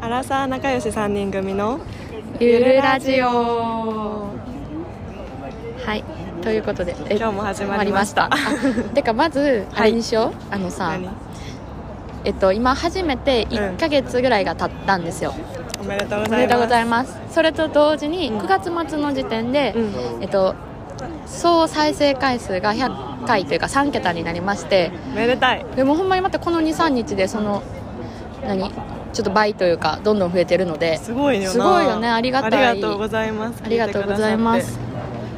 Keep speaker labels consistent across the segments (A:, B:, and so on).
A: アラサー仲良し3人組の
B: ゆるラジオはいということでえ
A: 今日も始まりました
B: 始まりましたてか まずあれにしよう、あのさ
A: 何
B: えっと今初めて1ヶ月ぐらいが経ったんですよ、
A: おめでとうご
B: おめ
A: ざい
B: でと
A: ます
B: うございますそれと同時に
A: うん
B: 9月末の時点で、
A: うん
B: えっと総再生回数が100回というか3桁になりまして
A: めでたい
B: でもほんまにまたこの23日でその何ちょっと倍というかどんどん増えてるのです
A: ごいよな
B: すごいよねありがたい
A: ありがとうございます
B: ありがとうございま
A: 聞てく
B: す
A: ださ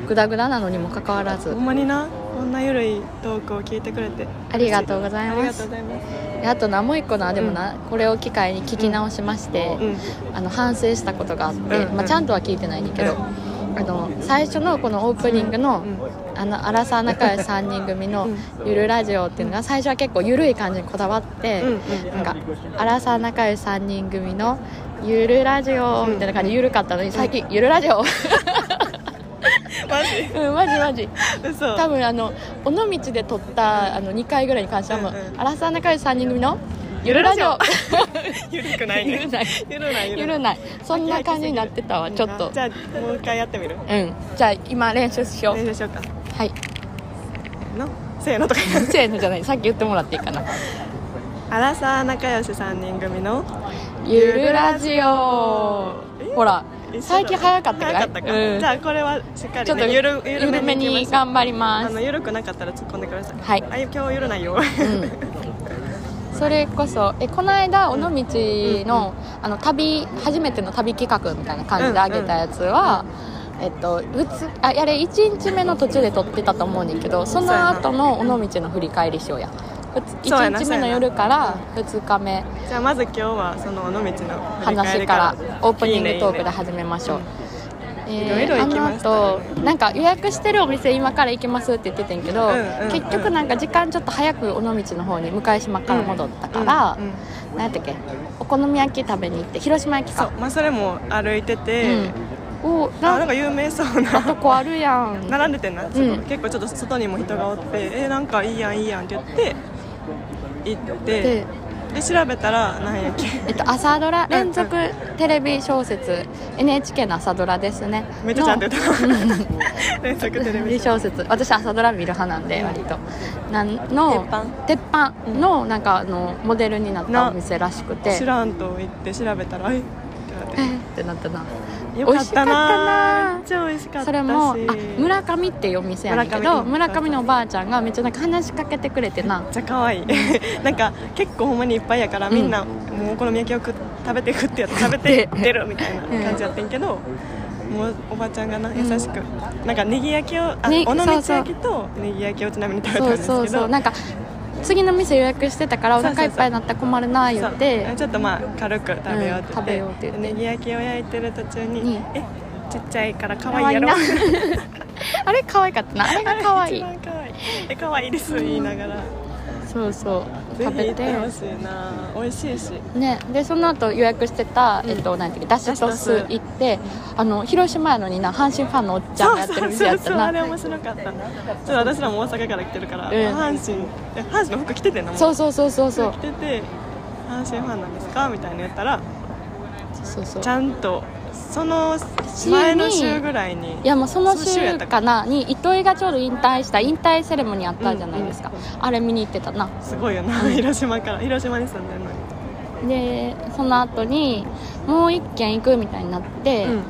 B: グダグダなのにもかかわら
A: って
B: ず
A: ほんまになこんなゆるいトークを聞いてくれて
B: ありがとうござい
A: あり
B: ま
A: がとう
B: す
A: ございます
B: であとなもう一個なでもな、これを機会に聞き直しまして、
A: うん
B: あの反省したことがあって、
A: うん
B: まあ、ちゃんとは聞いてないねんけど、
A: うん
B: あの最初のこのオープニング
A: う
B: の「
A: ん
B: あのアラサー仲良し3人組の「ゆるラジオ」っていうのが最初は結構ゆるい感じにこだわって、
A: うんうん
B: なんか「アラサー仲良し3人組のゆるラジオ」みたいな感じでゆるかったのに最近「ゆるラジオ」
A: マジ
B: うんマジマジ
A: 嘘
B: 多分あの尾道で撮ったあの2回ぐらいに関してはもう
A: うんう
B: 「
A: ん
B: アラサー仲良し3人組のゆるラ ジオ」
A: ゆるくないね
B: ゆるない
A: ゆるない
B: ゆるないそんな感じになってたわちょっと
A: じゃあもう一回やってみる
B: うんじゃあ今練習しよ
A: 練
B: う
A: 習しようか
B: はい
A: のせーのとか言う
B: せーのじゃないさっき言ってもらっていいか な
A: アラサー仲良し3人組の
B: ゆるラジオ
A: え
B: ほら
A: 一緒だ
B: 最近早かった
A: 早
B: ら
A: かったか、
B: うん、
A: じゃあこれはしっかり、ね、
B: ちょっと
A: ゆる
B: ゆるめ
A: 行
B: に
A: きましょう
B: 頑張り
A: あ
B: ます
A: のゆるくなかったら突っ込んでください
B: はい
A: あ今日ゆるないよ、
B: うんそれこそえこの間尾道の,、あの旅初めての旅企画みたいな感じであげたやつは、えっと、うつああれ1日目の途中で撮ってたと思うねんだけど
A: そ
B: そ
A: うや
B: の
A: な
B: 後の尾道の振り返りしようやふつ
A: そうやな
B: 1日目の夜から2日目
A: じゃあまず今日はその尾道の振り返
B: 話
A: り
B: からオープニン
A: いい
B: グ
A: ね
B: トーク
A: いい
B: で
A: ね
B: 始めましょう
A: いろいろ行きましたね
B: あの後なんか予約してるお店今から行きますって言っててんけど、
A: うんうんうん
B: 結局なんか時間ちょっと早く尾道の方に向島から戻ったから、
A: うんうん
B: なんやったっけお好み焼き食べに行って広島焼き
A: そ
B: か
A: うまあそれも歩いてて、
B: うん、お
A: あな
B: なん
A: んか有名そう
B: と
A: な
B: こあるやん
A: 並んでてんな、そこ
B: うん
A: 結構ちょっと外にも人がおってえなんかいいやんいいやんって言って行って
B: で
A: で調べたらなんやっけ
B: えっと、朝ドラ連続テレビ小説 NHK の朝ドラですね
A: めっちゃちゃんと
B: の
A: 言った 連続テレビ
B: 小説私朝ドラ見る派なんで割となんの鉄板のなんかあのモデルになったお店らしくて
A: 知らんと言って調べたらえってなって
B: えーってなったな
A: よかったな
B: 美味しかったな
A: 超美味しかったし
B: それもあ村上っていうお店やねんけど
A: 村
B: 村上
A: 上
B: のおばあちゃんがめっちゃなんか話しかけてくれてな
A: めっちゃ可愛い なんか結構ほんまにいっぱいやからみんなもうお好み焼きを食食べて食ってやつ食べて
B: 食って
A: 出るみたいな感じやってんけど、もうおばちゃんがな優しく、なんかネギ焼きをあ、
B: ね
A: おのみち
B: そうそう
A: 焼きとネギ焼きをちなみに食べたん
B: そう
A: ですけど
B: そうそうなんか次の店予約してたからお
A: そうそう
B: 腹
A: そ
B: いうっぱいになったら困るな言
A: そう
B: って
A: ちょっとまあ軽く食べようって言
B: うん食
A: って,、
B: べようって言って
A: ネギ焼きを焼いてる途中に
B: に
A: えちっちゃいから可愛いやろ
B: 可愛いな あれ可愛かったなあれが 可愛い
A: 一番可愛いえ可愛いです言いながら
B: そうそう
A: ぜ
B: 食
A: ひ行
B: べ
A: って
B: て
A: ほしいな美味しいし
B: ね、でその後予約してた、
A: うん
B: えっと、なんていうかだしと酢
A: だしと酢
B: 行ってあの広島やのにな阪神ファンのおっちゃんがやってる店やった
A: あれ
B: な
A: 面白かったちょっと私らも大阪から来てるから、
B: ん
A: 阪神え阪神の服着ててんのも
B: そううそうそうそうそう
A: 着てて阪神ファンなんですかみたいな言ったら
B: そうそう
A: ちゃんとその
B: 週に
A: 前の週ぐらいに
B: いやもうその
A: その週や
B: 週
A: った
B: かなに糸井がちょうど引退した引退セレモニーあったじゃないですか、
A: うんうん
B: あれ見に行ってたな
A: すごいよな広島から広島に住んでるのに
B: でその後にもう一軒行くみたいになって、
A: うんうん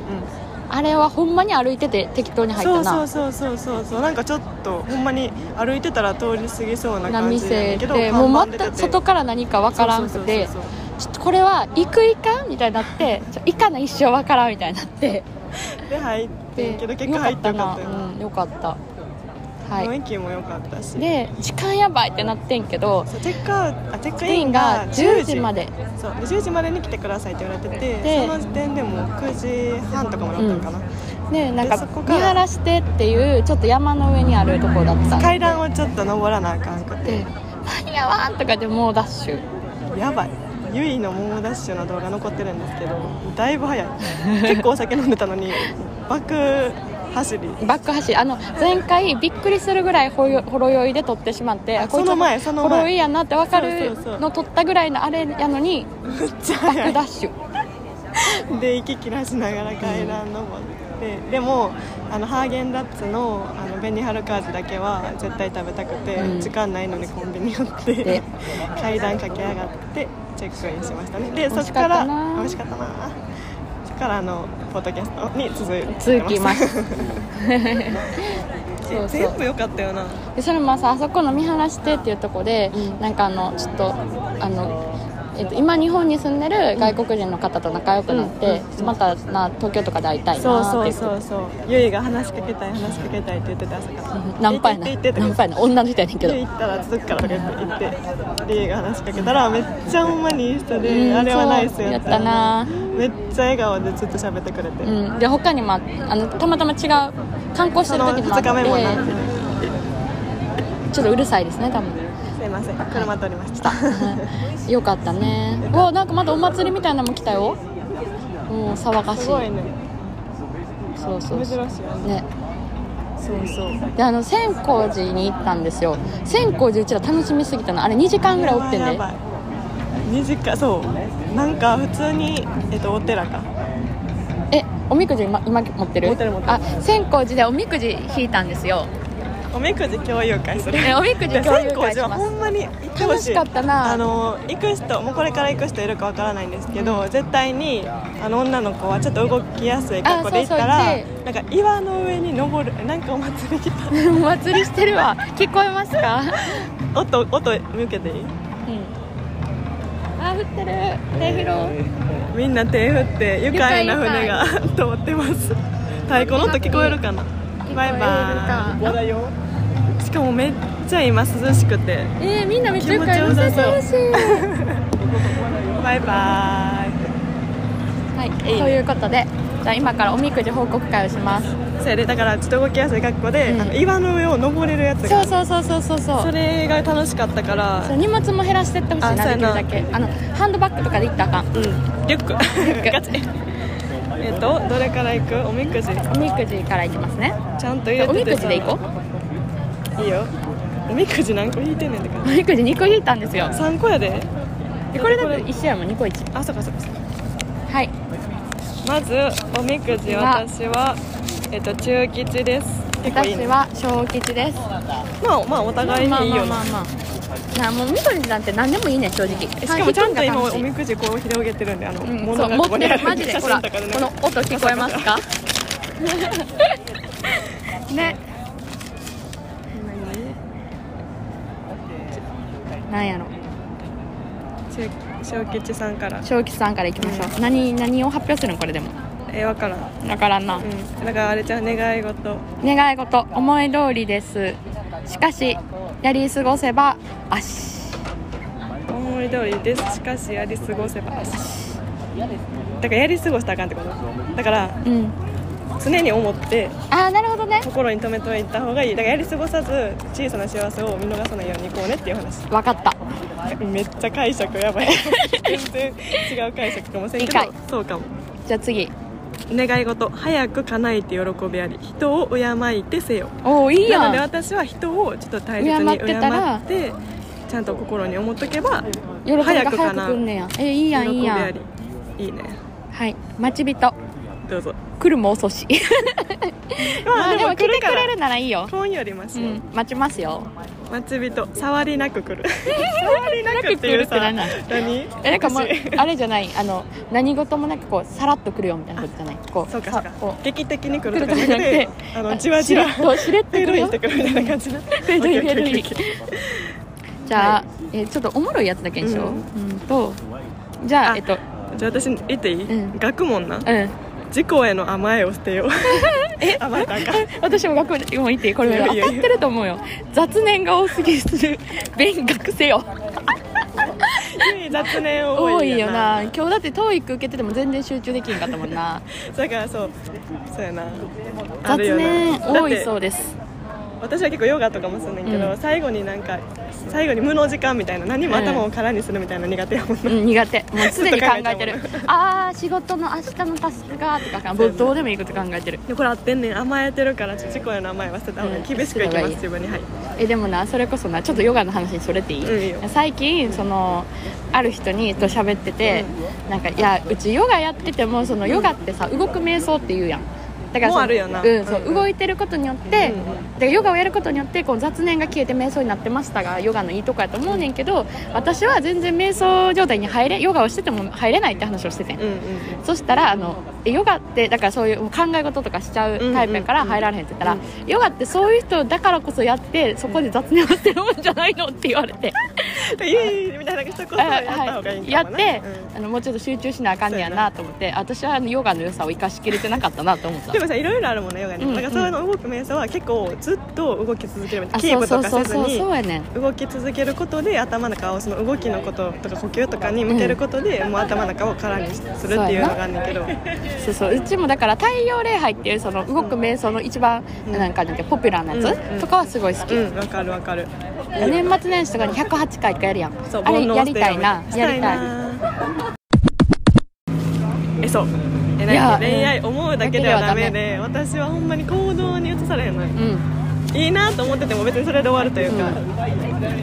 B: あれはほんまに歩いてて適当に入っ
A: そ
B: た
A: うそう
B: な
A: そうそうそうそうなんかちょっとほんまに歩いてたら通り過ぎそうな
B: な
A: 感じやね
B: 店
A: んけど
B: でもう
A: 看板出
B: 全
A: て
B: く
A: て
B: 外から何か分からんくて
A: そうそうそうそう
B: ちょっとこれは行く行かんみたいになってちょ行かない一生わからんみたいになって
A: で入ってんけど結
B: よ
A: 果
B: か
A: 入
B: っ
A: って
B: た
A: よか
B: な
A: ったよな、
B: うん、よかったは
A: 雰
B: い
A: 囲気も良かったし
B: で時間やばいってなってんけど
A: そうチェックアウトあチェック
B: 店
A: イ
B: 員
A: ン
B: が
A: が
B: 10
A: 10
B: 時
A: 時
B: ま
A: まで
B: で
A: そうで10時までに来てくださいって言われて
B: で
A: てその時点でもう9時半とかもなったんかな、
B: でなん
A: で
B: か
A: そこ
B: 見
A: から
B: 晴らしてっていうちょっと山の上にあるところだったん
A: 階段をちょっと登らなあかんく
B: で
A: て
B: 「間に合わん!」とかでもうダッシュ
A: やばいゆいの猛ダッシュの動画残ってるんですけどだいぶ早い結構お酒飲んでたのに爆走り
B: バック走りあの前回びっくりするぐらいほよほろ酔いで撮ってしまってあ
A: その前その前
B: ほろ酔いやなって分か
A: そう
B: る
A: そうそう
B: の撮ったぐらいのあれやのに
A: めっちゃ
B: バッ
A: 早
B: ク
A: い
B: ダッシュ
A: で息切らしながら階段登って、でもあのハーゲンダッツのあの紅はるか味だけは絶対食べたくて、
B: うん
A: 時間ないのにコンビニ寄って
B: で
A: 階段駆け上がってチェックインしましたねで
B: 美味
A: そ
B: し
A: こ
B: か
A: か
B: った
A: ら
B: な
A: 美味しかったなそこからあのポッドキャストに続いて
B: 続 きますそうそう
A: え全部良かったよな
B: でそれもさあそこの見晴らしてっていうとこで、
A: うん
B: なんかあのちょっとあの、えっと、今日本に住んでる外国人の方と仲良くなって、
A: うん
B: またな東京とかで会いたい
A: そう
B: な
A: そ
B: って
A: う
B: いう
A: そうそうゆいが話しかけたい話しかけたいって言ってた朝から
B: ナンパやな
A: 行って行って
B: ナンパやな女の人やねんけど
A: ゆい行ったら続くからとか言って行ってゆいが話しかけたらめっちゃほんまにいい人で、
B: うん
A: あれはナイスやっ
B: そうや
A: た
B: ったな
A: めっちゃ笑顔でずっと喋ってくれて、
B: うん、で他にもああのたまたま違う観光し
A: そ
B: てる
A: の
B: 時もあ
A: 2
B: っ
A: 日目もな
B: てちょっとうるさいですね多分
A: すいません車通りました
B: うんよかったねうわなんかまだお祭りみたいなのも来たよもう騒がし い
A: すごいね
B: そうそう
A: 珍しい
B: そ
A: よ
B: う
A: ね
B: ね
A: そうそう
B: であの千光寺に行ったんですよ千光寺うちら楽しみすぎたのあれ2時間ぐらいおってん
A: や
B: で
A: ばい2時間そうなんか普通に、えっと、お寺か
B: えおみくじ今今持ってる
A: 持ってる持ってる
B: あ千光寺でおみくじ引いたんですよ
A: おみくじ共有会 する
B: えおみくじ共
A: い
B: 有会します
A: や善光寺はほんまに行ってほしい
B: 楽しかったな
A: あの行く人もうこれから行く人いるかわからないんですけど、絶対にあの女の子はちょっと動きやすい格好で行った
B: あ
A: ら
B: そうそう
A: なんか岩の上に登るなんかお祭り来た
B: お祭りしてるわ聞こえますか
A: 音音向けていい
B: うんあ降ってる手広
A: みんな手振って愉快な船が 通ってます太鼓の音聞こえるかなバイバ
B: イバイ
A: イしかもめっちゃ今涼しくて
B: えー、みんなめっちゃ
A: 気持ちよさそう
B: 楽しい
A: バイバ
B: はい、ということでじゃあ今からおみくじ報告会をします
A: イそれでだからちょっと動きやすい格好で、
B: うん
A: あの岩の上を登れるやつが
B: そうそうそうそうそうそう
A: それが楽しかったから
B: そう荷物も減らしてってほしい
A: あ
B: な
A: そう
B: で
A: や
B: きる
A: な
B: だけあのハンドバッグとかで行ったらあか
A: うん、リュック
B: ック
A: ガチ えっとどれから行くおみくじ
B: んおみくじから行きますね
A: ちゃんと入れて
B: おみ
A: て
B: くじで行こ
A: ういいよおみくじ何個引いてんねんってか
B: うおみくじ2個引いたんですよ
A: 3個やで
B: でこれだって1試合も2個1
A: あそうかそうかそうか
B: はい
A: まずおみくじ
B: は
A: 私はえっと中吉です結構いい
B: 私
A: ね
B: は小吉です
A: まあまあお互いにいいよな
B: まあまあまあまあなあもうみくじなんて何でもいいね正直
A: しかもちゃんと今
B: 楽
A: お
B: しい
A: みくじこう広げてるんであの
B: うん
A: 物
B: そ
A: が
B: う持って
A: あ
B: るマジで
A: 写
B: ほ
A: 真
B: ら
A: とかでね
B: この音聞こえます かねなんやろ
A: 中小吉さんから
B: 正吉さんからいきましょう、何何を発表するのこれでも
A: えわからん
B: だからんな、
A: うんだからあれじゃん願い事
B: 願い事思い通りですしかしやり過ごせばあし
A: 思い通りですしかしやり過ごせばだからやり過ごしたらあかんってことだから
B: うん
A: 常に思って
B: ああなるほどね
A: 心に留めておいた方がいいだからやり過ごさず小さな幸せを見逃さないようにいこうねっていう話
B: 分かった
A: めっちゃ解釈やばい全然違う解釈かもしれんけ
B: 理
A: ど
B: 解
A: そうかも
B: じゃあ次
A: 願い事早く叶えて喜びあり人を敬いてせよ
B: おおい
A: な
B: いや
A: ので
B: ん
A: 私は人をちょっと大切に敬
B: 敬ってたら
A: ってちゃんと心に思っとけば
B: 喜びが
A: 早
B: 早
A: く
B: く
A: かな
B: 来んねやえいいやんいい
A: 喜び
B: や
A: あり
B: ん
A: いいね
B: はい待ち人
A: どうぞ
B: 来るも遅し
A: ま
B: ま
A: あ
B: あ
A: で
B: でも
A: も
B: 来て
A: 来るか
B: く
A: ら
B: れるならいいよ
A: 本よりマシ
B: う
A: よ、
B: ん待ちますよ
A: 待ち人触りなく来る触りなくっていうさ
B: 触りなく来る
A: 何
B: えなんかもう
A: 私
B: あれじゃないあの何事もなくこうさらっと来るよみたいなことじゃないこう
A: そうかそ
B: さ
A: うか
B: こ
A: 劇的に来
B: う
A: る
B: 来る
A: とか
B: とか
A: じ
B: じ
A: ゃなくて
B: ゃなくて
A: あのじわじわ
B: しれっとしれっと
A: フェードイン
B: 来るよ
A: してくるみたいな感じな
B: フェードインフェードイン
A: OK
B: じゃあ、えちょっとおもろいやつだけにしよう、うん、とじゃあ
A: あ
B: えっと
A: OK じゃあ私言っていい、
B: うん
A: 学問な
B: うん
A: 自己への甘えを捨てようえ甘えたらあかん
B: 私も学校も言っていいこれ
A: いやいやいや
B: 当たってると思うよ雑念が多すぎ る勉学せよ
A: 雑念
B: 多
A: 多い
B: い
A: よ
B: よ
A: な
B: な今日だって TOEIC 受けてても全然集中できんかったもんな
A: だからそうそうやなあ
B: 雑
A: るよな
B: 念
A: だっ
B: 多
A: て
B: いそうです
A: 私は結構ヨガとかもするねんけど、
B: うん
A: 最後になんか最後に無の時間みたいな何も頭を空にするみたいなの苦手やもんな、
B: うん、苦手もうすでに考えてる
A: ずっと考
B: ああ仕事の明日のタスクがとかもうどうでもいいこと考えてる
A: でこれ合ってんねん甘えてるからちょっと自己への甘えは捨てた方がいい、
B: うん
A: 厳しくいきます
B: うん
A: 自分にはい
B: えでもなそれこそなちょっとヨガの話にそれっていい、
A: うんいいよ
B: 最近そのある人にと喋ってて、なんかいやうちヨガやっててもそのヨガってさ動く瞑想って言うやんだから
A: も
B: その
A: うあるよな
B: うんそう
A: うんうん
B: 動いてることによって、
A: うんうん
B: だからヨガをやることによってこう雑念が消えて瞑想になってましたがヨガのいいとこやと思うねんけど私は全然瞑想状態に入れヨガをしてても入れないって話をしてて
A: う
B: ん
A: んうんうん
B: そしたらあのえヨガってだからそういう考え事とかしちゃうタイプやから
A: うんうんうん
B: 入られへんって言ったら、ヨガってそういう人だからこそやってそこで雑念を捨てるもんじゃないのって言われて
A: イエーイみたいな人こそやった方がいいん
B: や
A: かも
B: っ
A: な、
B: て、
A: うん
B: あのもうちょっと集中しなあかんねやなと思って私はあのヨガの良さを生かしきれてなかったなと思った
A: でもさいろいろあるもんねヨガに、
B: うんうん
A: だからそういうの動く瞑想は結構ずっと動き続けるみた
B: あ
A: いなキー
B: そう
A: プ
B: そ
A: と
B: う
A: か
B: そ
A: せず
B: うそう
A: に
B: そうやねん
A: 動き続けることで頭の中をその動きのこととか呼吸とかに向けることで、もう頭の中を空にするっていうのがあんねんけど
B: そうそううちもだから太陽礼拝っていうその動く瞑想の一番
A: うん
B: なんかなんてポピュラーなやつ、
A: うんうん
B: とかはすごい好き、
A: うんわかるわかる
B: 年末年始とかに108回とかやるやん
A: そう
B: あ
A: 煩
B: れ
A: 悩
B: や
A: を捨
B: り
A: て
B: たい
A: よう
B: な
A: み
B: やりたい
A: えそうえ
B: いや
A: なんか恋愛思うだけではダメで私はほんまに行動に移されへんのよ
B: うん
A: いいなと思ってても別にそれで終わるというか、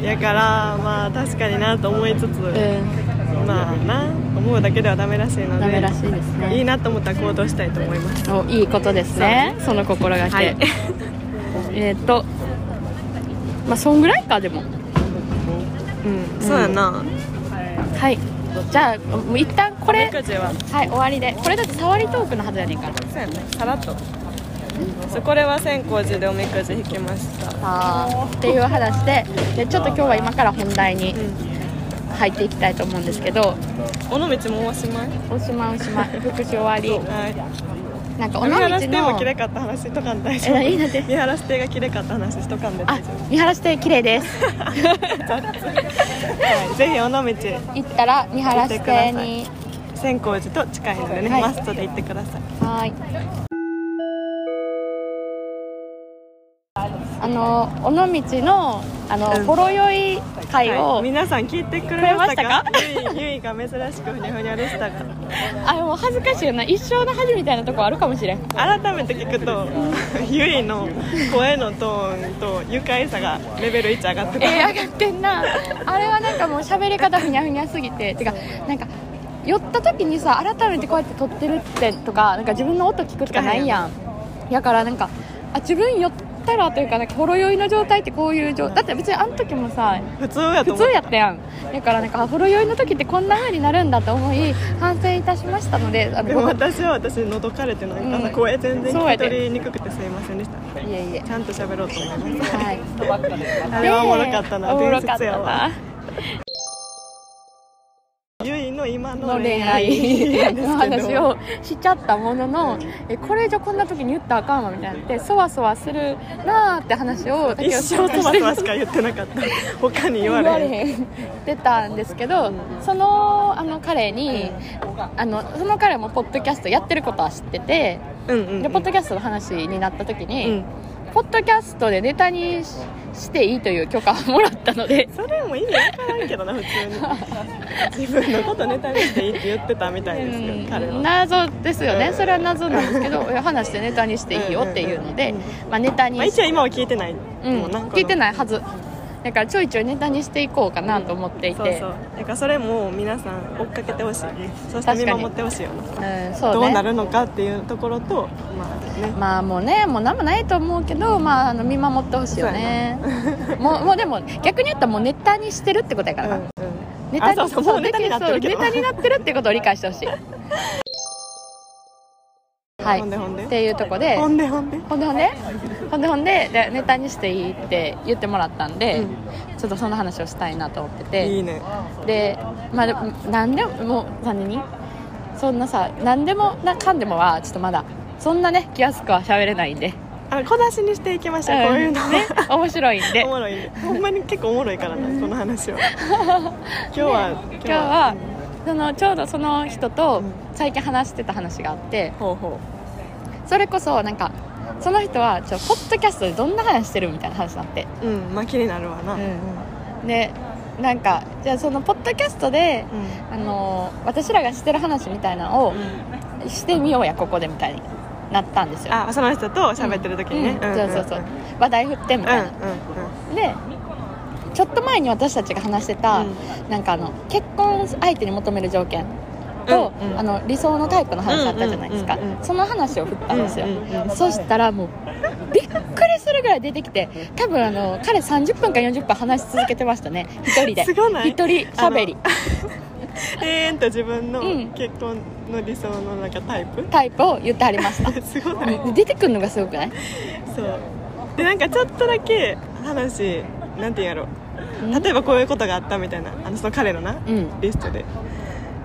A: やからまあ確かになと思いつつ、
B: うん、
A: まあな思うだけではダメらしいので
B: ダメらしいですね
A: いいなと思ったら行動したいと思います
B: おいいことですねその心がけ、
A: はい
B: えーっとまあそんぐらいかでも
A: うん そうやな
B: はいじゃあもう一旦これ
A: 育児は
B: はい終わりでこれだって触りトークのはずやねんから
A: そうやなさらっとそうこれは千光寺でおみくじ引きました
B: あーっていう話ででちょっと今日は今から本題に入っていきたいと思うんですけど
A: 尾道もうおしまい
B: おしまいおしまい復習終わり
A: はい
B: なんか尾
A: 見晴らし
B: 道
A: 亭も
B: の
A: きれかった話しとかん大丈
B: えいい
A: 夫
B: なって
A: 見晴らし亭がきれかった話しとかんで
B: あ
A: 大丈夫
B: 見晴らし亭綺麗です
A: はいぜひ尾道
B: 行ったら見晴らし亭に
A: 千光寺と近いのでね、
B: はい
A: マストで行ってください
B: はい。あの尾道のあの、
A: うん
B: ほろ酔い会を、
A: はい皆さん聞いてくれましたか
B: くれ
A: ゆいゆいが珍しくふにゃふにゃでしたが
B: あもう恥ずかしいよな一生の恥みたいなとこあるかもしれん。
A: 改めて聞くと ゆいの声のトーンと愉快さがレベル1上がってた、
B: えー、上がってんな。あれはなんかもう喋り方ふにゃふにゃすぎて、てかなんか。寄った時にさ改めてこうやって撮ってるってとかなんか自分の音聞くとかないやんやからなんかあ自分寄ったらというかなんかほろ酔いの状態ってこういう状だって別にあの時もさ
A: 普通やと思
B: 普
A: う
B: 通やったやんだからなんかあほろ酔いの時ってこんな風になるんだと思い反省いたしましたのであの
A: でも
B: ごめんい
A: 私は私のどかれてなんか、
B: うん
A: 声全然聞き
B: そう
A: 取りにくくてすいませんでした
B: えいえ
A: ちゃんと喋ろうと思います
B: はい
A: あれはおもろかったな
B: ねえおもろ
A: 伝
B: かった
A: 説やわ
B: な
A: ゆいの今の
B: の
A: 恋
B: 恋
A: 愛
B: 愛
A: で
B: の
A: すけ
B: 話
A: ど
B: をしちゃったもののえこれ以上こんな時に言ったらあかんわみたいになってそわそわするなーって話を
A: 一生そばそばしか言ってなかった他に言
B: 言
A: わ
B: わ
A: れ
B: れ
A: へん
B: へん出たんですけどそのあの彼にあのその彼もポッドキャストやってることは知ってて
A: うんうんうん
B: でポッドキャストの話になった時に、
A: うん
B: ポッドキャストでネタにししていいという許可をもらったので
A: それも意味わからんけどな普通に自分のことネタにしていいって言ってたみたいですけど、彼
B: うん
A: は。
B: 謎ですよね、
A: うん
B: それは謎なんですけどいや話してネタにしていいよっていうので、
A: うん
B: まあ、ネタに
A: まあ、一応今は聞いてない、
B: うん、
A: もうなんか
B: 聞いてないはずだからちょいちょいネタにしていこうかなと思っていて、
A: そうそうだからそれも皆さん追っかけてほしいそして見守ってほしいよな
B: うんそうね
A: どうなるのかっていうところとまあね
B: まあもうねもう何もないと思うけど、まあ、あの見守ってほしいよねもうもうでも逆に言ったらもうネタにしてるってことやからな、ネタ
A: あ
B: に
A: そうそうもうネタになってるけど
B: そうネタになってるってことを理解してほしいはい
A: ほんでほんで
B: っていうとこで
A: ほんでほんで
B: ほんでほんでほんでほんででネタにしていいって言ってもらったんで、
A: うん
B: ちょっとその話をしたいなと思ってて
A: いいね
B: でまあでも何でももう何にそんなさ何でもなかんでもはちょっとまだそんなね気安くは喋れないんで、
A: あ小出しにしていきましょう、こういうの
B: ん
A: ね
B: ね面白いんで
A: おもろいねほんまに結構おもろいからなこの話 は今日は、
B: 今日はそのちょうどその人と
A: うん
B: 最近話してた話があって
A: ほうほ
B: それこそなんかその人はちょポッドキャストでどんな話してるみたいな話になって、
A: うんまあ気になるわな、うん
B: うん、でなんかじゃあそのポッドキャストで、あの私らがしてる話みたいなのをしてみようやここでみたいになったんですよ
A: あその人と喋ってる時にね、
B: うん
A: ん
B: そうそうそう、
A: んうん
B: 話題振ってみたいな、でちょっと前に私たちが話してた、
A: う
B: なんかあの結婚相手に求める条件と、
A: うんうん
B: あの理想のタイプの話あったじゃないですか、
A: うんうんうんうん
B: その話を振ったんですよ、
A: うんうんうん
B: そしたらもうびっくりするぐらい出てきて多分あの彼30分か40分話し続けてましたね一人で
A: すごない
B: 一人しゃべり
A: えーんと自分の
B: うん
A: 結婚の理想のなんかタイプ、
B: タイプを言ってはりました
A: すごない
B: 出てくるのがすごくない
A: そうでなんかちょっとだけ話なんて言うんやろ
B: うん
A: 例えばこういうことがあったみたいなあのその彼のな、
B: うん
A: リストで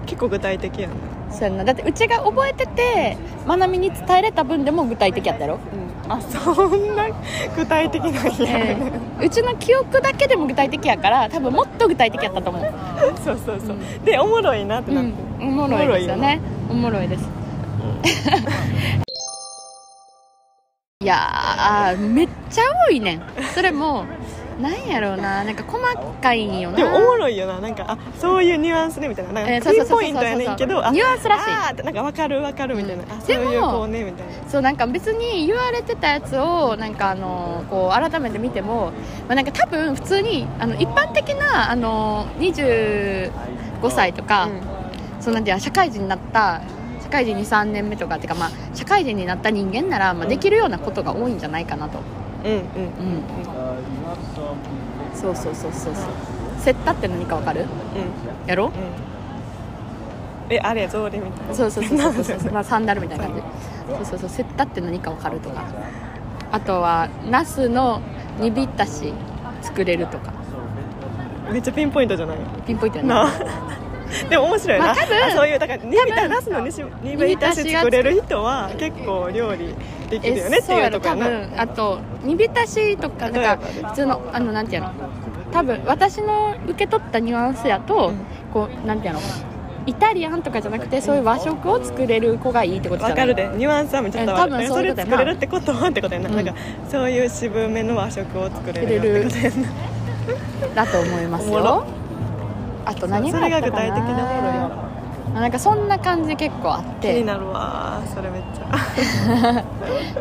A: 結構具体的やな、
B: そうやんなだってうちが覚えててまなみに伝えれた分でも具体的やったやろ
A: うん、
B: あ
A: あそんな具体的なんや、
B: ええうちの記憶だけでも具体的やから多分もっと具体的やったと思う、
A: そうそうそう、でおもろいなって
B: う
A: なっ
B: ん
A: て、、
B: おもろいですよねおもろいです、 いやーめっちゃ多いねんそれもなんやろうななんか細かいんよな
A: でもおもろいよななんかあそういうニュアンスねみたいな
B: え
A: な
B: ー
A: ん
B: そ
A: かピ
B: うそう
A: ンポ
B: そうそう
A: イントやねんけど
B: そうそ
A: あ
B: うそうニュアンスらしい
A: あーってなんか分かる分かるみたいな、
B: うん
A: あそう
B: でも
A: いうこうねみたいな
B: そうなんか別に言われてたやつをなんかあのこう改めて見ても、まあ、なんか多分普通にあの一般的なあの25歳とか、そうなんていうの社会人になった社会人23年目とかっていうか、まあ、社会人になった人間なら、まあ、できるようなことが多いんじゃないかなと、
A: うんうんうん
B: うん、そうそうそうそうそう接ったって何かわかるやろ
A: うんえあれやぞ俺みたいな
B: そうそうそうそうそう そう、まあ、サンダルみたいな感じそうそうそうセッタって何か分かるとかあとはナスの煮びったし作れるとか
A: めっちゃピンポイントじゃない
B: ピンポイントや
A: な
B: な
A: あ でも面白いな、
B: まあ多分
A: あそういうだから煮びたナスの煮し煮びたし作れる人は結構料理できるよねって
B: そう
A: い
B: や
A: うと
B: ろ
A: ころ
B: 多
A: な
B: 分あと煮びたしとかなんか普通のあのなんていうの多分私の受け取ったニュアンスやと、
A: うん
B: こうなんていうのイタリアンとかじゃなくてそういう和食を作れる子がいいってことじ
A: わ
B: ゃな
A: か
B: い
A: るでニュアンスはめっちゃ伝わる
B: え
A: ね
B: 多分そ
A: そう
B: いう
A: れ
B: ことやな
A: 作れるってことはってことやな,、
B: うん
A: なんかそういう渋めの和食を作れるよってことやな
B: だと思います
A: おも
B: よ
A: ろ
B: あと何
A: そ
B: があ
A: れ
B: っ
A: が
B: た
A: 具
B: か
A: 体的なもの
B: な
A: よ
B: なんかそんな感じ結構あっ
A: 気に
B: て
A: なるわそれめっちゃ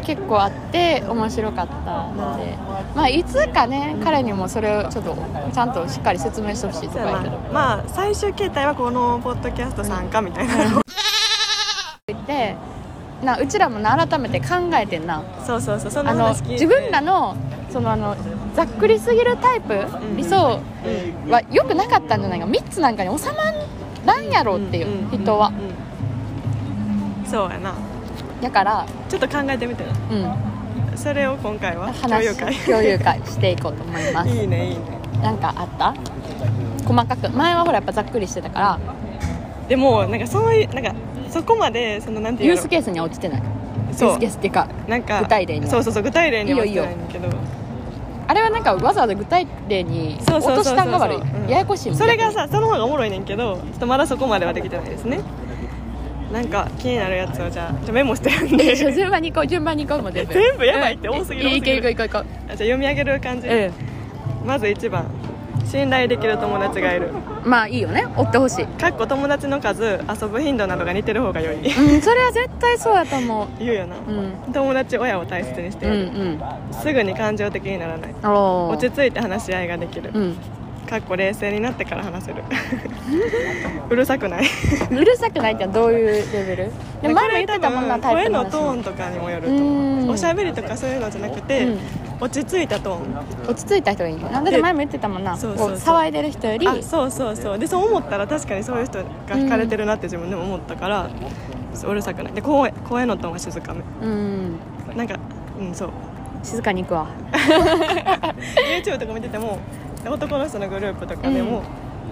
B: 結構あって面白かったので、まあ、いつかね彼にもそれをちょっとちゃんとしっかり説明してほしいと
A: そ
B: か
A: うや
B: 言
A: な
B: うけど
A: まあ最終形態はこのポッドキャスト参加みたいな、
B: 言ってなうちらもな改めて考えてんな
A: そうそうそうそんな
B: あの
A: 話聞いて
B: 自分らのそのあのざっくりすぎるタイプ、
A: ん
B: 理想
A: うん
B: は良くなかったんじゃないか3つなんかに収まらんやろっていう、
A: んん
B: 人は
A: うんそうやな
B: だから、
A: ちょっと考えてみて
B: うん、
A: それを今回は共
B: 話
A: 有会
B: 共有会していこうと思 います
A: いいねいいね
B: なんかあった細かく前はほらやっぱざっくりしてたから
A: でもなんかそういうなんかそこまでそのなんてい
B: ユ
A: う
B: ー
A: の
B: スケースには落ちてないユー
A: そ
B: スケースっていうか
A: うなんか
B: 具体例には
A: そうそうそう具体例にはい
B: いよいいよ
A: 落ちてないんだけど
B: あれはなんかわざわざ具体例に
A: そう
B: 落
A: そうそう
B: と
A: そう
B: したんが悪い
A: うん
B: ややこしいもん
A: それがさその方がおもろいねんけどちょっとまだそこまではできてないですねなんか気になるやつをじゃあちょメモしてるん
B: 逆に
A: で
B: えじゃあ
A: じゃ
B: 順番に行こう順番に行こうもう全 部
A: 全部やばいって多すぎる
B: うんい
A: 多すぎ
B: け
A: る
B: いこういこういこ
A: あ読み上げる感じ、
B: ううん
A: まず1番信頼できる友達がいる
B: まあいいよね追ってほしい
A: かっこ友達の数遊ぶ頻度などが似てる方が良い
B: うんそれは絶対そうやと思
A: 言うよな、
B: ううん
A: 友達親を大切にして
B: う
A: い
B: んう
A: る、
B: ん
A: すぐに感情的にならない
B: おー
A: 落ち着いて話し合いができる
B: うん
A: かっこ冷静になってから話せ るうるさくない
B: うるさくないってのはどういうレベルでも前も言ってたもんな
A: これ多分
B: タイ
A: 声
B: プ
A: の
B: 話
A: トーンとかにもよると
B: うん
A: おしゃべりとかそういうのじゃなくて、
B: うん
A: 落ち着いたトー
B: 落ち着いた人がいいんだよなだって前も言ってたもんなこう
A: そうそうそう
B: 騒いでる人より
A: ンあそうそうそうでそう思ったら確かにそういう人が惹かれてるなって自分でも思ったから、ううるさくないで声声のトーンは静かめ
B: うん
A: なんかうんそう
B: 静かに行くわ
A: YouTube とか見てても男の人のグループとかでも、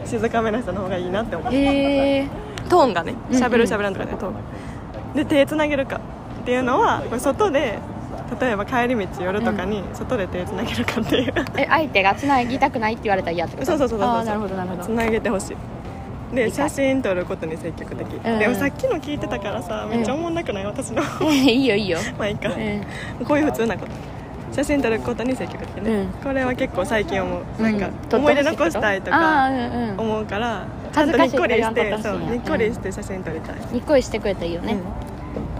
A: 静かめな人の方がいいなって思う
B: へえ
A: トーンがね
B: うんうん
A: しゃべるしゃべらんとかねトーンで手つなげるかっていうのはこれ外で例えば帰り道夜とかに外で手つなげるかっていう
B: え相手がつなぎたくないって言われたら嫌ってこ と
A: そうそうそうそうそう
B: ああなるほどなるほ
A: つ
B: ど
A: なげてほしいで写真撮ることに積極的、
B: うん
A: でもさっきの聞いてたからさめっちゃおもんなくない私の
B: いいよいいよ、
A: まあいいか、
B: うん
A: こういう普通なこと写真撮ることに積極的ね、
B: うん
A: これは結構最近思うなんか
B: う撮ってほし
A: 思い出残したいと
B: あ
A: か
B: ーうんうん
A: 思うからちゃ
B: 恥
A: ん
B: ず
A: と
B: か
A: にっ
B: しいか
A: こ
B: ら
A: り
B: や
A: し
B: んとっててほしいんや
A: そうにっこりして写真撮りたい、
B: にっこりしてくれたらいいよね、
A: うん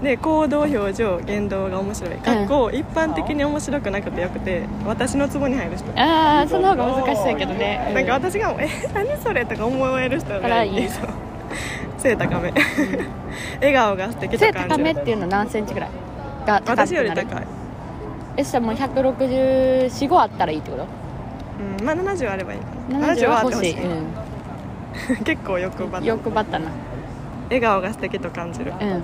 A: で行動表情言動が面白いかっこ一般的に面白くなくてよくて私のツボに入る人
B: ああその方が難しそうやけどね、う
A: なんか私が「え何それ?」とか思える人
B: あ
A: が
B: ら
A: い
B: いい
A: いそう背高め笑顔が素敵
B: 背
A: と感
B: 高
A: じ
B: めっ
A: る
B: ていうのは何センチぐらいが高くなる
A: 私より高い、
B: えそしたらもう1645あったらいいってこと
A: うん、まあ70あればいいかな
B: 70は欲しい、
A: 70はあってほしい結構欲張
B: う
A: っ
B: ん、
A: て
B: よくばったな
A: 笑顔が素敵と感じる
B: うん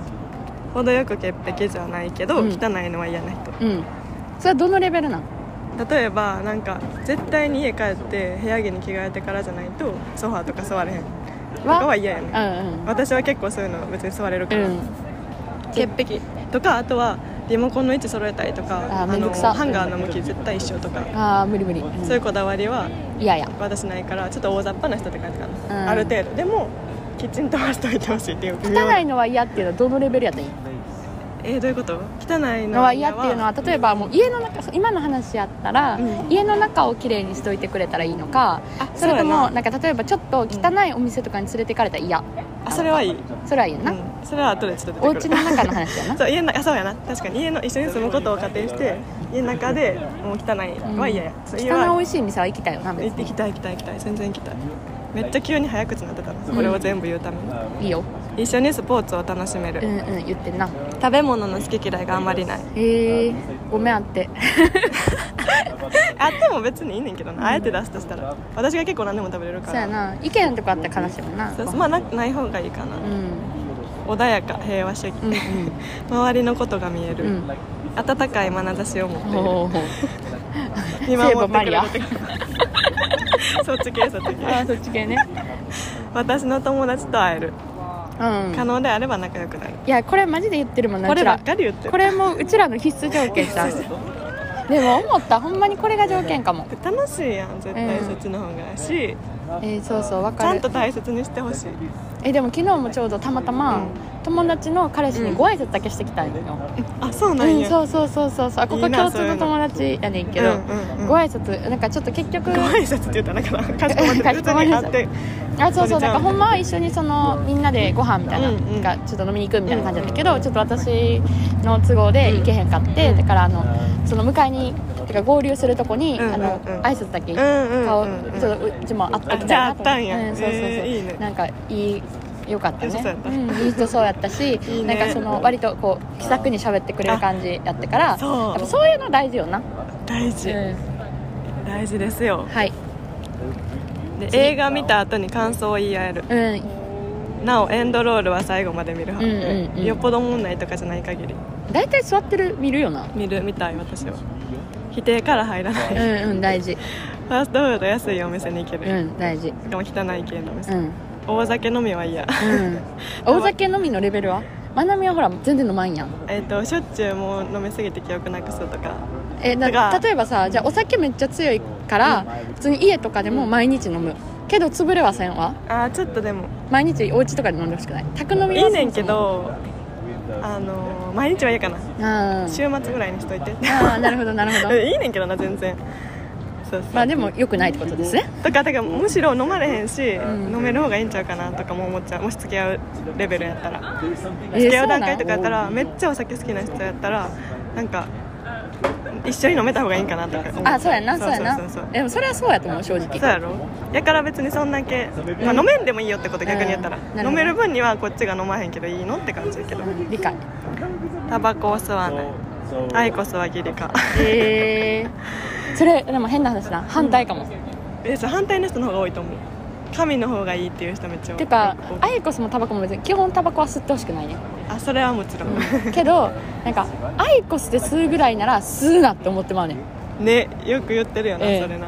A: 程よく潔癖じゃないけど、
B: うん
A: 汚いのは嫌な人
B: うんそれはどのレベルなん
A: 例えばなんか絶対に家帰って部屋着に着替えてからじゃないとソファーとか座れへんとかは嫌やね
B: うん
A: 私は結構そういうの別に座れるか
B: うん
A: ら、
B: うん
A: 潔癖とかあとはリモコンの位置揃えたりとか
B: あーめんど
A: の
B: くさ
A: ハンガーの向き絶対一緒とか、
B: ああ無理無理、うん
A: そういうこだわりはい
B: やいや
A: 私ないからちょっと大雑把な人って感じかな、
B: うん
A: ある程度でもきちんとはしといてほしいっていう微妙
B: 汚いのは嫌っていうのはどのレベルやったらいい
A: えーどういうこと汚い
B: の
A: の
B: は嫌っていうのは例えばもう家の中そう今の話やったら、
A: うん
B: 家の中をきれいにしといてくれたらいいのか
A: あ
B: それと
A: そうや
B: も
A: な
B: なんか例えばちょっと汚いお店とかに連れてかれたら嫌
A: あそれはいい、うん、
B: それはいいな、
A: それは後でちょっと
B: お
A: 出て
B: 家
A: くる
B: の中の話やな
A: そう家のあそうやな確かに家の一緒に住むことを仮定して家の中でもう汚いは嫌や、そう家は
B: 汚い美味しい店は行きたいよな別
A: 行
B: に
A: きたい行きたい行きたい全然行きたいめっちゃ急に早口になってたのこれを全部言うために、
B: いいよ
A: 一緒にスポーツを楽しめる、
B: うんうん言ってんな
A: 食べ物の好き嫌いがあんまりない
B: へえごめんあ って
A: あっても別にいいねんけどなあえて出すとしたら私が結構何でも食べれるか
B: そう
A: ら
B: やな意見とかあったら悲しいもんな
A: そうそうまあなない方がいいかな
B: うん
A: 穏やか平和主義、
B: うん
A: 周りのことが見える、
B: うんうん
A: 温かい眼差しを持って
B: おお
A: いる見守
B: 聖母
A: って
B: マ
A: く
B: リ
A: れ
B: ア
A: るってこと そっち系そっち
B: あ
A: 系
B: そっち系ね
A: 私の友達と会える
B: うん
A: 可能であれば仲良くなる
B: いやこれマジで言ってるもんな
A: こ
B: う
A: れ
B: ち
A: ば
B: ら
A: っかり言ってる
B: これもうちらの必須条件 さでも思ったほんまにこれが条件かも
A: 楽しいやん絶対
B: うん
A: そっちの方がやし、
B: えーそうそうわ
A: ちゃ
B: か
A: ん
B: る
A: と大切にしてほしい
B: えでも昨日もちょうどたまたま、
A: うん
B: 友達の彼氏にご挨拶だけしてきたんよ、
A: あそう
B: う
A: なんんや、
B: そうそうそうそうそうあこ
A: い
B: こ
A: いな
B: 共通
A: そういう
B: の
A: の
B: 友達やねんけど、
A: うんうんうん
B: ご挨拶なんかちょっと結局
A: ご挨拶って言ったらなんかかしこまってる
B: かしこまりまし
A: 普
B: た
A: 通に会って
B: あそうそ
A: お
B: う
A: じち
B: な
A: ゃ
B: ん
A: ん
B: かほんまは一緒にそのみんなでご飯みたいな,、
A: うんうん
B: なんかちょっと飲みに行くみたいな感じだったけど、ちょっと私の都合で行けへんかって、だからあのその迎えにてか合流するとこに、
A: うんうんうん
B: あの挨拶だけ、
A: うんうんうん
B: 顔ちょっとうちもあった
A: じゃああったんや
B: うん、そうそうそう、
A: えーいいね
B: なんかいいよかった
A: 良さ
B: ね
A: そうやった
B: うん、いい人そうやったし
A: いい
B: な
A: ね
B: んかその割とこう気さくに喋ってくれる感じやってから
A: そう
B: やっぱそういうの大事よな、
A: 大事、
B: うん
A: 大事ですよ
B: はい、
A: で映画見た後に感想を言い合える
B: うん、
A: なおエンドロールは最後まで見る派、
B: うんうんうん
A: よっぽど問題とかじゃない限り
B: 大体座ってる見るよな
A: 見るみたい私は否定から入らない
B: う
A: フ
B: んうん大事
A: ァーストフード安いお店に行け
B: う
A: る、
B: ん大事
A: しかも汚い系のお店、
B: うん
A: 大酒飲みは嫌
B: うん大酒飲みのレベルはまなみはほら全然飲まんやん
A: えっとしょっちゅうもう飲みすぎて記憶なくすとか
B: えな
A: だから
B: 例えばさじゃあお酒めっちゃ強いから普通に家とかでも毎日飲むけど潰れはせんわ
A: あーちょっとでも
B: 毎日お家とかで飲んでほしくない宅飲みはい
A: いねんけどあのー毎日は嫌かな
B: うんあ
A: 週末ぐらいにしといて
B: あなるほどなるほど
A: いいねんけどな全然そうそう
B: まあでも良くないってことですね
A: とかだからむしろ飲まれへんし、
B: ん
A: 飲める方がいいんちゃうかなとかも思っちゃうもし付き合うレベルやったら
B: え
A: 付き合う段
B: な
A: 階
B: ん
A: とかやったらめっちゃお酒好きな人やったらなんか一緒に飲めた方がいいんかなとか思っちゃ
B: あそうやんなそうやんな
A: そうそうそう
B: でもそれはそうやと思う正
A: そうや
B: 直
A: ろやから別にそんだけ、まあ、飲めんでもいいよってこと逆に言ったら
B: うんなるほど
A: 飲める分にはこっちが飲まへんけどいいのって感じやけど
B: うん理解
A: タバコを吸わないアイコスは義理か
B: へえそれでも変な話な反対かも
A: えそう反対の人の方が多いと思う神の方がいいっていう人めっちゃ多い
B: てか
A: あ
B: アイコスもタバコも別に基本タバコは吸ってほしくないね
A: あそれはもちろん、
B: けどなんかアイコスで吸うぐらいなら吸うなって思ってまうねん
A: ねよく言ってるよな、
B: ええ
A: それな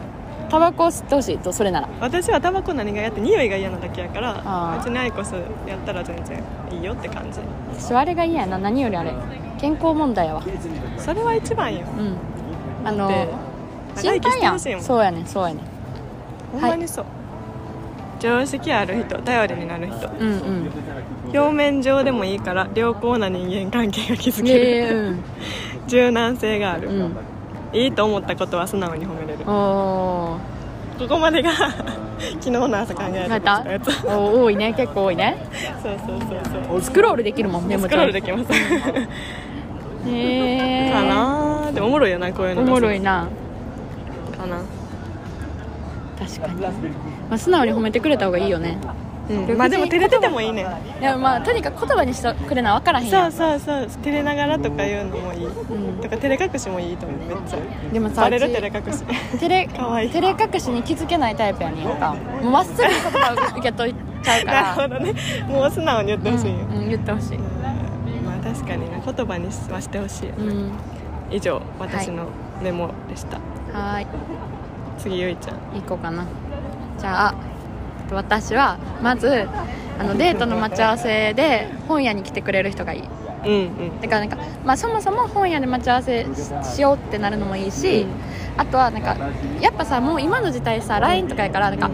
B: タバコを吸ってほしいとそれなら
A: 私はタバコ何がやって匂いが嫌なだけやから
B: あー
A: 別にアイコスやったら全然いいよって感じ
B: 私はあれが嫌やな何よりあれ健康問題やわ
A: それは一番よ
B: うんあの
A: で長
B: 心
A: 生きし
B: 配
A: て
B: や
A: ほしいも
B: ん
A: ん
B: そうやねんそうやねん
A: ほんまにそう、常識ある人頼りになる人
B: うんうん
A: 表面上でもいいから良好な人間関係が築ける、
B: ええうん
A: 柔軟性がある、
B: うん
A: いいと思ったことは素直に褒めれるこ
B: おー
A: こまでが 昨日の朝考え
B: ま
A: て
B: た
A: たやつそう
B: お多いね結構多いね
A: そうそうそう
B: スクロールできるもんメ
A: ス
B: モ
A: ク
B: 帳
A: ロールできます
B: へえ
A: かなーでもおもろいよなこういうの
B: お
A: が
B: もろいな
A: かな
B: 確かに、まあ、素直に褒めてくれた方がいいよね
A: うんまあでも照れててもいいね
B: いやまあとにかく言葉にしてくれな分からへん
A: そ
B: やん
A: うそうそう照れながらとか言うのもいい、
B: ん
A: とか照れ隠しもいいと思うめっちゃ
B: でもさ
A: バレる
B: うち
A: 照れ隠し
B: 照れ
A: かわいい
B: 照れ隠しに気づけないタイプやねんかもうまっすぐ言葉を受け取っちゃう
A: な
B: か
A: るほど
B: ら
A: ねもう素直に言ってほしいよ、
B: うんうん言ってほしい、
A: まあ確かにね言葉にはしてほしいよね、
B: うん、
A: 以上私のメモでした、
B: はーい
A: 次ゆいちゃん
B: 行こうかなじゃあ私はまずあのデートの待ち合わせで本屋に来てくれる人がいい
A: うんうん
B: だからなんか、まあ、そもそも本屋で待ち合わせししようってなるのもいいし、あとはなんかやっぱさもう今の時代さ LINE とかやからなんか、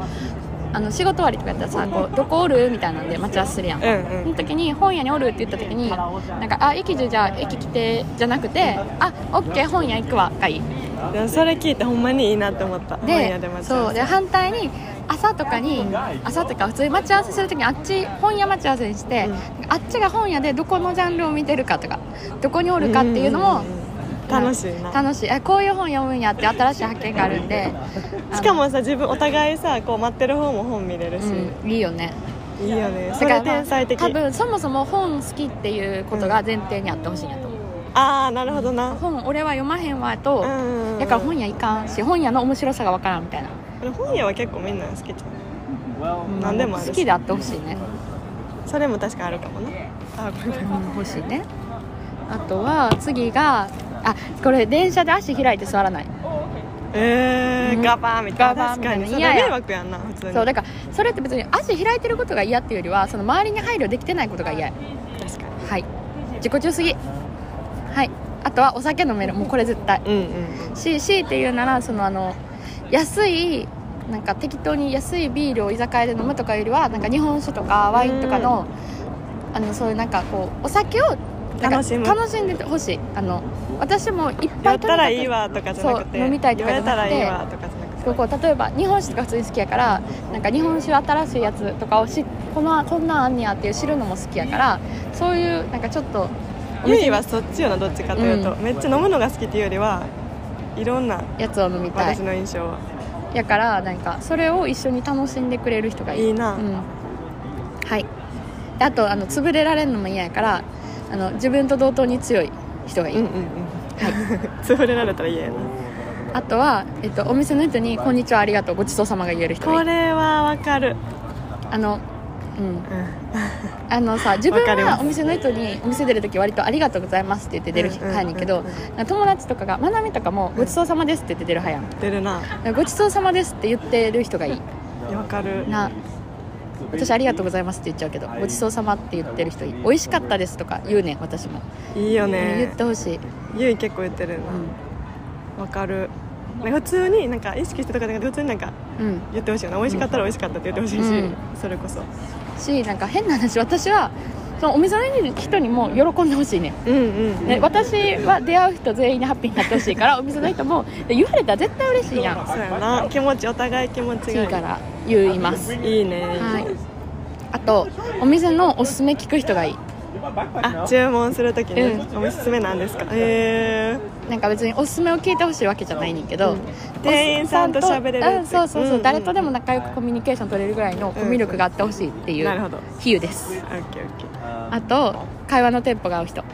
B: あの仕事終わりとかやったらさこう「どこおる?」みたいなんで待ち合わせするやん、
A: うん
B: その時に本屋におるって言った時になんか「あ駅中じゃあ駅来て」じゃなくて「あオッケー本屋行くわ」がいい
A: うんでもそれ聞いてほんまにいいなって思った本屋
B: で
A: で待ち合
B: そう
A: わ
B: で
A: せ
B: 反対に朝とかに朝とか普通に待ち合わせするときにあっち本屋待ち合わせにして、あっちが本屋でどこのジャンルを見てるかとかどこにおるかっていうのも
A: んんうん楽しいな
B: 楽しいあこういう本読むんやって新しい発見があるんで
A: しか
B: も、
A: もさ自分お互いさこう待ってる方も本見れるし、
B: うん、いいよね
A: いいよね
B: だ
A: そ
B: から
A: れ
B: まあ
A: 天才的、
B: 多分そもそも本好きっていうことが前提にあってほしいんやと思う、
A: ああなるほどな
B: 本俺は読まへんわと、
A: うん
B: だから本屋行かんし本屋の面白さがわからんみたいな、
A: でも本屋は結構みんな好きじゃん
B: うん
A: 何でもあるし
B: 好きであってほしいね
A: それも確かあるかもなあごめん
B: うん欲しいねあとは次があこれ電車で足開いて座らない
A: え
B: うん
A: ー、ガバーみたいな
B: ガバー
A: 確
B: みた
A: か
B: いな
A: にそれ
B: 嫌や
A: 迷惑やんな普通に
B: そうだからそれって別に足開いてることが嫌っていうよりはその周りに配慮できてないことが嫌や
A: 確か
B: はい自己中すぎはいあとはお酒飲めるもうこれ絶対
A: にうんうん
B: し C っていうならそのあの安いなんか適当に安いビールを居酒屋で飲むとかよりはなんか日本酒とかワインとかのあのそういうなんかこうお酒をなんか
A: 楽しむ
B: 楽しんでてほしいあの私もいっぱ
A: や
B: い
A: っ
B: と
A: たらい
B: に
A: い
B: か
A: わとかじゃなくて
B: そう飲みたいとかじゃなくて
A: やれたらいいわとかじゃなくて
B: くこう例えば日本酒とか普通に好きやからなんか日本酒新しいやつとかを知っこのこんなんあんねやっていう知るのも好きやからそういうなんかちょっとお
A: ゆ
B: 店
A: い
B: の
A: はそっちよなどっちかというと、
B: う
A: めっちゃ飲むのが好きっていうよりはいろんな
B: やつを飲みたい
A: 私の印象は、
B: やからなんかそれを一緒に楽しんでくれる人がいい
A: いいな
B: うん、はいであとあの潰れられるのも嫌やからあの自分と同等に強い人がいい、
A: うんうんうん 潰れられたら嫌やな
B: あとは、えっと、お店の人に「こんにちはありがとうごちそうさま」が言える人が
A: こ
B: いい
A: れはわかる、
B: あのうん
A: うん、
B: あのさ自分
A: わかりま
B: は
A: す
B: お店の人にお店出る時割と「ありがとうございます」って言って出る
A: うんうんうん
B: 派やねんけど
A: うん
B: 友達とかがまなみとかも「ごちそうさまです」って言って出る派やん
A: 出るな
B: だからごちそうさまですって言ってる人がいい
A: わかる
B: な私ありがとうございますって言っちゃうけどごちそうさまって言ってる人いい美味しかったですとか言うねん私も、
A: いいよ
B: 言
A: ね
B: ってほしい、
A: ゆい結構言ってるなわ、かるなんか普通になんか意識してとかじゃなくて普通になんか
B: うんうん
A: 言ってほしいよな美味しかったら美味しかったって言ってほしいし、
B: うん
A: それこそ
B: しなんか変な話私はそのお店の人にも喜んでほしいねん
A: うんうん、
B: ね、私は出会う人全員にハッピーになってほしいからお店の人もで言われたら絶対嬉しいやん
A: そうやな気持ちお互い気持ち
B: 次
A: が
B: から言います
A: いいいいね、
B: はいあとお店のおすすめ聞く人がいい
A: あ注文するときに、
B: う
A: おすすめなんですかへえ
B: なんか別におすすめを聞いてほしいわけじゃないねんけど、
A: 店員さんと喋れるって
B: うんそうそうそう、
A: うんうん
B: 誰とでも仲良くコミュニケーション取れるぐらいのコミュ力があってほしいってい
A: なるほ
B: う
A: ど
B: 比喩です
A: オッケーオッケー
B: あと会話のテンポが合う人
A: こ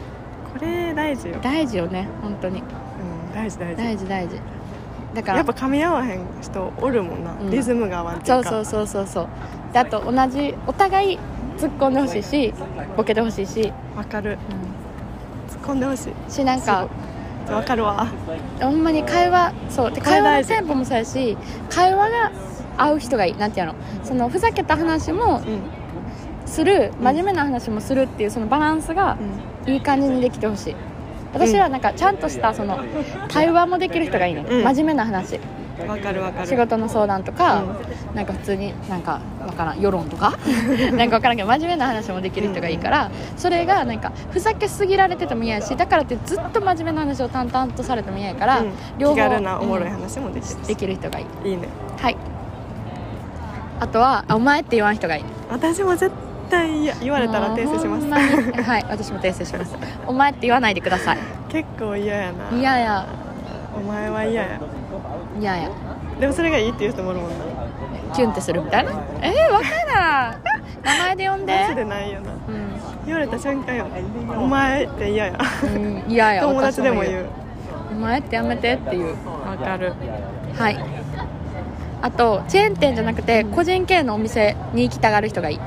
A: れ大事よ、
B: 大事よね本当に
A: うん、大事大事
B: 大事大事だから
A: やっぱ噛み合わへん人おるもんな、
B: うん
A: リズムが合わんってい
B: そうう
A: か
B: そうそうそうそうであと同じお互い突っ込んでほしいしボケてほしいし、
A: わかる突っ込んでほしい
B: しなんか
A: わかるわ
B: ほんまに会話そうで
A: これ大
B: 会話の
A: 事
B: テンポもそうやし会話が合う人がいいなんていうのそのふざけた話も
A: うん
B: する真面目な話もするっていうそのバランスがいい感じにできてほしい私はなんかちゃんとしたその対話もできる人がいいね、
A: うん
B: 真面目な話
A: わかるわかる
B: 仕事の相談とか、なんか普通になんかわからん世論と かなんかわからんけど真面目な話もできる人がいいから、それがなんかふざけすぎられてても嫌やしだからってずっと真面目な話を淡々とされても嫌やから、
A: うん
B: 両方
A: 気軽なおもろい
B: うん
A: 話もできる、
B: できる人がいい
A: いいね
B: はいあとはあ「お前」って言わん人がいい
A: 私も絶対言言われたら訂正しま
B: もうほんまに
A: す
B: はい私も訂正します「お前」って言わないでください
A: 結構嫌やな
B: 嫌や
A: お前は嫌や
B: 嫌や
A: でもそれがいいっていう人もおるもんな
B: キュンってするみたいなえー、分から ん名前で呼ん
A: マジ
B: で
A: でないよな
B: うん
A: 言われた瞬間よお前って嫌や
B: うん嫌や
A: 友達でも言う
B: お前ってやめてっていう
A: わかる
B: はいあとチェーン店じゃなくて個人系のお店に行きたがる人がいい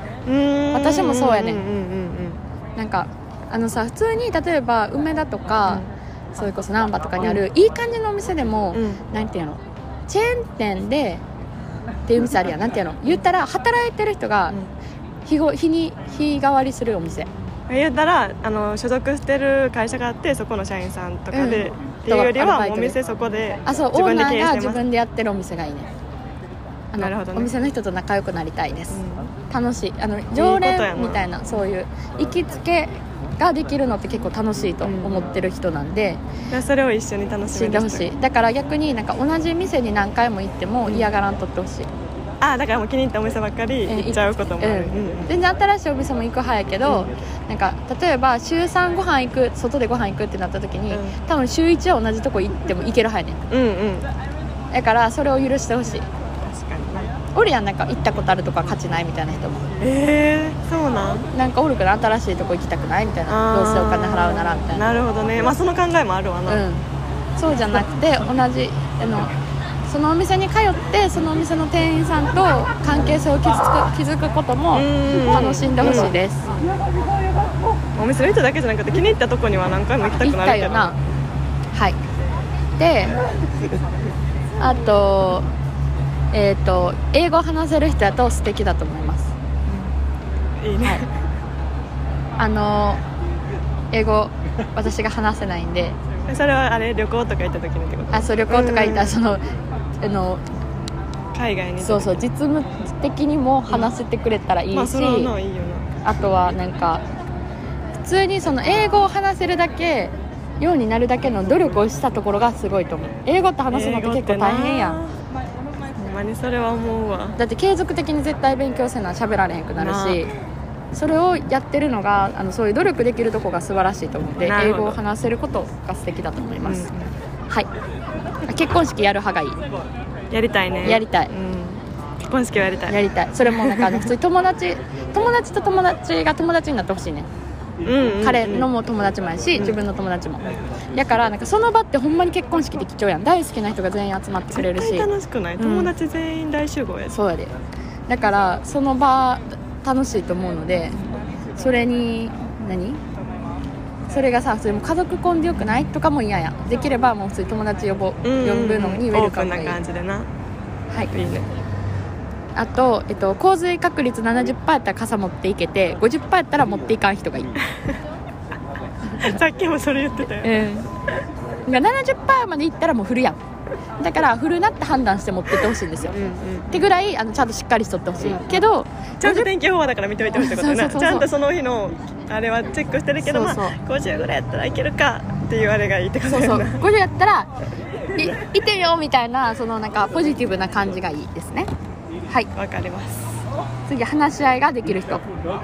B: 私もそうやねん
A: んうん
B: なんかあのさ普通に例えば梅田とか、それこそ難波とかにある、いい感じのお店で
A: う
B: も、
A: んうん
B: なんていうのチェーン店でっていう店あるやんなんていうの言ったら働いてる人が日ご日に日替わりするお店
A: 言ったらあの所属してる会社があってそこの社員さんとかで、
B: うん
A: っていうより
B: とかアルバイ
A: は
B: トで
A: お店そこで
B: あそう
A: 自
B: オー
A: 分で
B: ナ
A: 経
B: ー
A: 営
B: が
A: して
B: 自
A: ます
B: 分でやってるお店がいいねあの
A: なるほどね
B: お店の人と仲良くなりたいです、
A: う
B: 楽しいあの
A: い
B: 常
A: ことやな
B: 連みたいなそういう行きつけができるのって結構楽しいと思ってる人なんで、
A: んでそれを一緒に楽し
B: 死
A: み
B: ん
A: に
B: でほし
A: い
B: いだから逆になんか同じ店に何回も行っても嫌がらんとってほしい、
A: あだからもう気に入ったお店ばっかり行っちゃうこともある、
B: うん
A: うんうん
B: 全然新しいお店も行く派やけど、なんか例えば週3ご飯行く外でご飯行くってなった時に、
A: うん
B: 多分週1は同じとこ行っても行ける派やね
A: うんうん確
B: んだからそれを許してほしい
A: かにな
B: おるやんなんか行ったことあるとか勝ちないみたいな人も
A: えー、そうなん
B: なんかおるから新しいとこ行きたくないみたいなどうせお金払うならみたいな
A: なるほどねまあその考えもあるわな、
B: うん、そうじゃなくて同じあのそのお店に通ってそのお店の店員さんと関係性を築く築くことも
A: うん
B: 楽しんでほしいです、
A: お店の人だけじゃなくて気に入ったとこには何回も行きた
B: 行
A: く
B: き
A: な
B: た
A: る
B: い
A: け
B: よ
A: ど
B: なはいであとえっ、と英語話せる人だと素敵だと思います
A: いいね、
B: あの英語私が話せないんで
A: それはあれ旅行とか行った時にってこと
B: あそう旅行とか行った
A: う
B: ら
A: ん
B: そのあの
A: 海外に
B: そうそうう実務的にも話せてくれたらいいし、
A: まあそれはないいよ
B: あとはなんか普通にその英語を話せるだけようになるだけの努力をしたところがすごいと思う英語って
A: な
B: 話すのって結構大変や
A: 英語
B: ん
A: ってなほんまにそれは思うわ
B: だって継続的に絶対勉強せな喋られへんくなるし
A: な
B: それをやってるのがあのそういう努力できるとこが素晴らしいと思って
A: な
B: 英
A: るほど
B: 語を話せることが素敵だと思います、
A: うん
B: はいあ結婚式やる派がいい
A: やりたいね
B: やりたい
A: うん結婚式はやりた
B: や
A: い
B: りたいそれもなんかあの普通に友達友達と友達が友達になってほしいね
A: うんうん
B: 彼の
A: うん
B: も友達もやし自分の友達もだからなんかその場ってほんまに結婚式で貴重やん大好きな人が全員集まってくれる
A: 絶
B: し
A: 対楽しくない
B: うん
A: 友達全員大集合やし
B: そうやでだからその場楽しいと思うのでそれに何それがさそれも家族婚でよくないとかも嫌やできればもう普通に友達呼ぼ呼
A: うんうん
B: ぶのにウェ
A: オ
B: ル
A: ー
B: カ
A: プン
B: ムが
A: ない
B: い
A: 感じでな
B: はい
A: いいね
B: あと、えっと、洪水確率70%やったら傘持っていけて50%やったら持っていかん人がいい
A: さっきもそれ言ってたよ
B: うん、70%までいったらもう振るやんだから振るなって判断して持ってってほしいんですよ
A: うんうん
B: ってぐらいあのちゃんとしっかりしとってほしい、
A: うん
B: けど
A: ちゃんと天気予報だから見ておいてほしいってこと
B: そうそう
A: ね
B: そうそう
A: ちゃんとその日のあれはチェックしてるけど
B: そ
A: ま
B: う
A: あ
B: そう
A: 50ぐらいやったらいけるかっていうあれがいいってこと
B: そう
A: や
B: そう
A: な
B: 50やったらいいてよみたいなそのなんかポジティブな感じがいいですねはい
A: わかります
B: 次話し合いができる人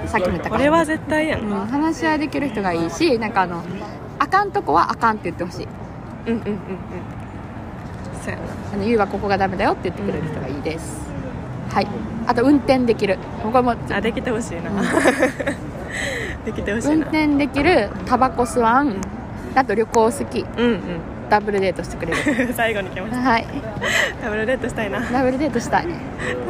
B: さっきも言った
A: こ
B: から
A: れは絶対や
B: うんん、話し合いできる人がいいしなんかあのあかんとこはあかんって言ってほしい
A: うんうんうんうんそうやな
B: あのゆうはここがダメだよって言ってくれる人がいいです、はいあと運転できるこれも
A: あできてほしいな、
B: うん
A: できてほしい
B: 運
A: な
B: 転できるタバコ吸わんあと旅行好き
A: うん
B: ダブルデートしてくれ る
A: うん最後に来まし
B: はい
A: たダブルデートしたいな
B: ダブルデートしたい、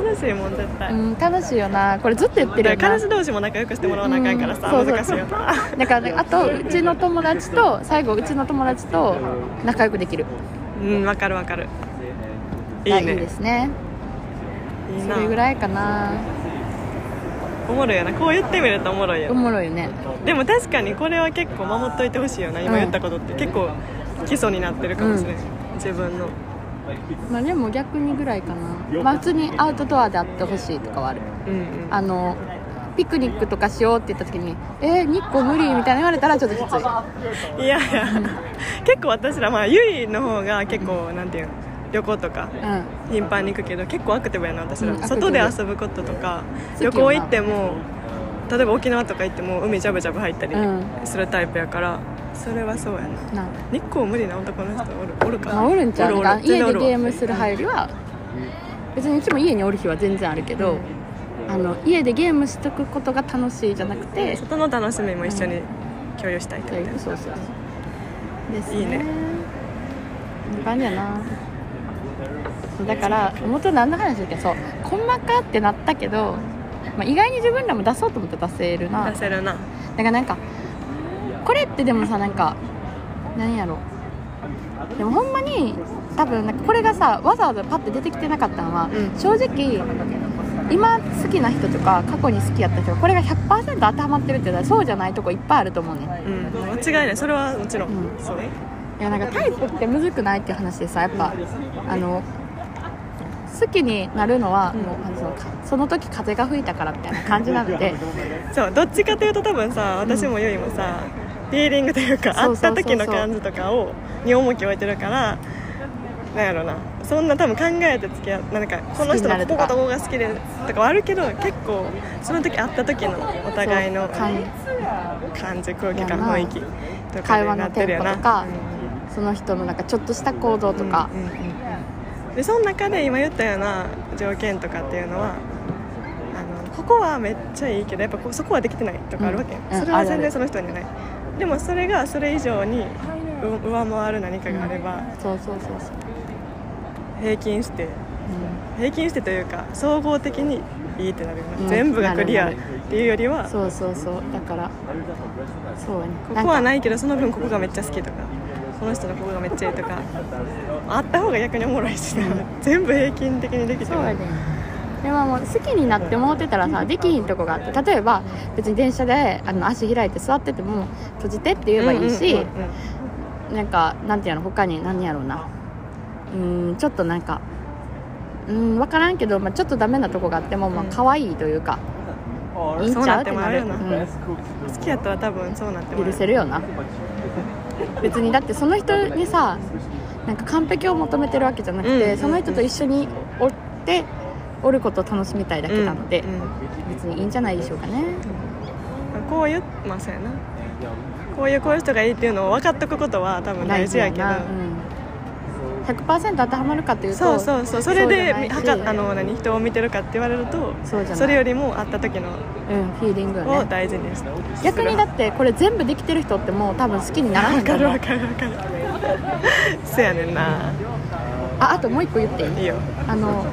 A: 楽しいもん絶対、
B: うん、楽しいよなこれずっと言ってるよ
A: だから
B: な
A: 彼氏同士も仲良くしてもらわなあかんからさ、
B: うん
A: 難しいよな
B: だからねあとうちの友達と最後うちの友達と仲良くできる
A: うんわかるわかるいい
B: が
A: ね
B: いいですね
A: いい
B: それぐ
A: な
B: らいかな
A: おもろいよなこう言ってみるとおもろい
B: お
A: よ
B: もろいよね
A: でも確かにこれは結構守っといてほしいよな今言ったことって、結構基礎になってるかもしれない、自分の
B: まあでも逆にぐらいかな、まあ、普通にアウトドアであってほしいとかはある
A: うんうん
B: あのピクニックとかしようって言った時に「えー、日光無理」みたいな言われたらちょっときつい
A: いやいや結構私らまあゆいの方が結構なんていうの旅行とか
B: うん
A: 頻繁に行くけど結構アクティブやな私ら、
B: うん
A: 外で
B: アクテ
A: 遊ぶこととか
B: 好きよ
A: 旅行
B: な
A: 行っても例えば沖縄とか行っても海ジャブジャブ入ったり
B: うん
A: するタイプやから、それはそうやな
B: な
A: 日光無理な男の人おるおるか
B: まあ、おるんちゃう
A: おるお
B: なん
A: る
B: か家
A: 全然お
B: で
A: るわ
B: ゲームする入りは別にうちも家におる日は全然あるけど、あの家でゲームしとくことが楽しいじゃなくて
A: 外の楽しみも一緒に共有したいってことやな
B: そうそうそうですね
A: いいね
B: こんな感じやなそうだから元何の話だっけそう細かってなったけど、まあ、意外に自分らも出そうと思ったら出せるなだ
A: 出
B: か
A: せるな
B: らなんかこれってでもさなんか何やろでもほんまに多分なんかこれがさわざわざパッて出てきてなかったのは、
A: うん
B: 正直今好きな人とか過去に好きやった人がこれが100%当てはまってるって言ったらそうじゃないとこいっぱいあると思うねん
A: うん間違いないそれはもちろん、
B: うん
A: そう
B: いやなんかタイプってむずくないっていう話でさやっぱあの好きになるのは、
A: うん
B: もうあのそのかその時風が吹いたからみたいな感じなので
A: そうどっちかというと多分さ私もゆいもさ、フィーリングというか
B: そ
A: 会っ
B: うそうそ
A: た
B: うそう
A: 時の感じとかをに重きを置いてるからなんやろなそんな多分考えて付き合うなんかこの人のこことここが好きでとかはあるけど結構その時会った時の お互いの
B: そうかん
A: 感じ空気
B: や
A: 感
B: な
A: 雰囲気とか
B: 会
A: に
B: 話
A: な
B: の
A: ってる
B: テン
A: よ
B: ポ
A: な
B: とかその人のなんかちょっとした行動とか
A: う、んうんうんでその中で今言ったような条件とかっていうのはあのここはめっちゃいいけどやっぱこうそこはできてないとかあるわけ、
B: うん
A: それ
B: あ
A: は
B: るあ
A: 全
B: る
A: 然その人にはないでもそれがそれ以上にう上回る何かがあれば
B: そうそうそうそう、
A: 平均して
B: う
A: 平均してというか総合的にいいってなるよな、
B: うん
A: 全部がクリア
B: な
A: っ
B: るな
A: ていうよりは
B: ん、そうそうそうだからそうやね
A: ここは
B: なんか
A: ないけどその分ここがめっちゃ好きとかこの人のここがめっちゃいいとかあった方が逆におもろいしな全部平均的にできて
B: そう
A: る
B: やねでももう好きになってもうてたらさできひんとこがあって例えば別に電車であの足開いて座ってても閉じてって言えばいいし、
A: うんうんうんうん
B: なんかなんていうの他に何やろうなうーんちょっとなんかうーん分からんけど、まあ、ちょっとダメなとこがあっても、まあ
A: うん
B: 可愛いというか、いいんち
A: そう
B: ゃ
A: な
B: うっ
A: ってても
B: な
A: あ
B: る
A: るよな好きやったら多分そうなって
B: うん
A: も
B: 許せるよな別にだってその人にさなんか完璧を求めてるわけじゃなくて、
A: うんうんうん
B: その人と一緒におっておることを楽しみたいだけなので、
A: うんうん
B: 別にいいんじゃないでしょうかね
A: こういうまあそうやなこういうこういう人がいいっていうのを分かっとくことは多分大事やけど
B: なうん、100%当てはまるかっていうと
A: そうそうそうそれで
B: そうじ
A: は
B: ゃないし
A: かあの何人を見てるかって言われると
B: そうじゃない
A: それよりも会った時の
B: うん、フィーリングよね
A: を大事にして
B: 逆にだってこれ全部できてる人ってもう多分好きにならへ
A: 分
B: んと
A: かる
B: 思う
A: 分かる分かるそやねんな
B: ああともう一個言っていい
A: いいよ
B: あの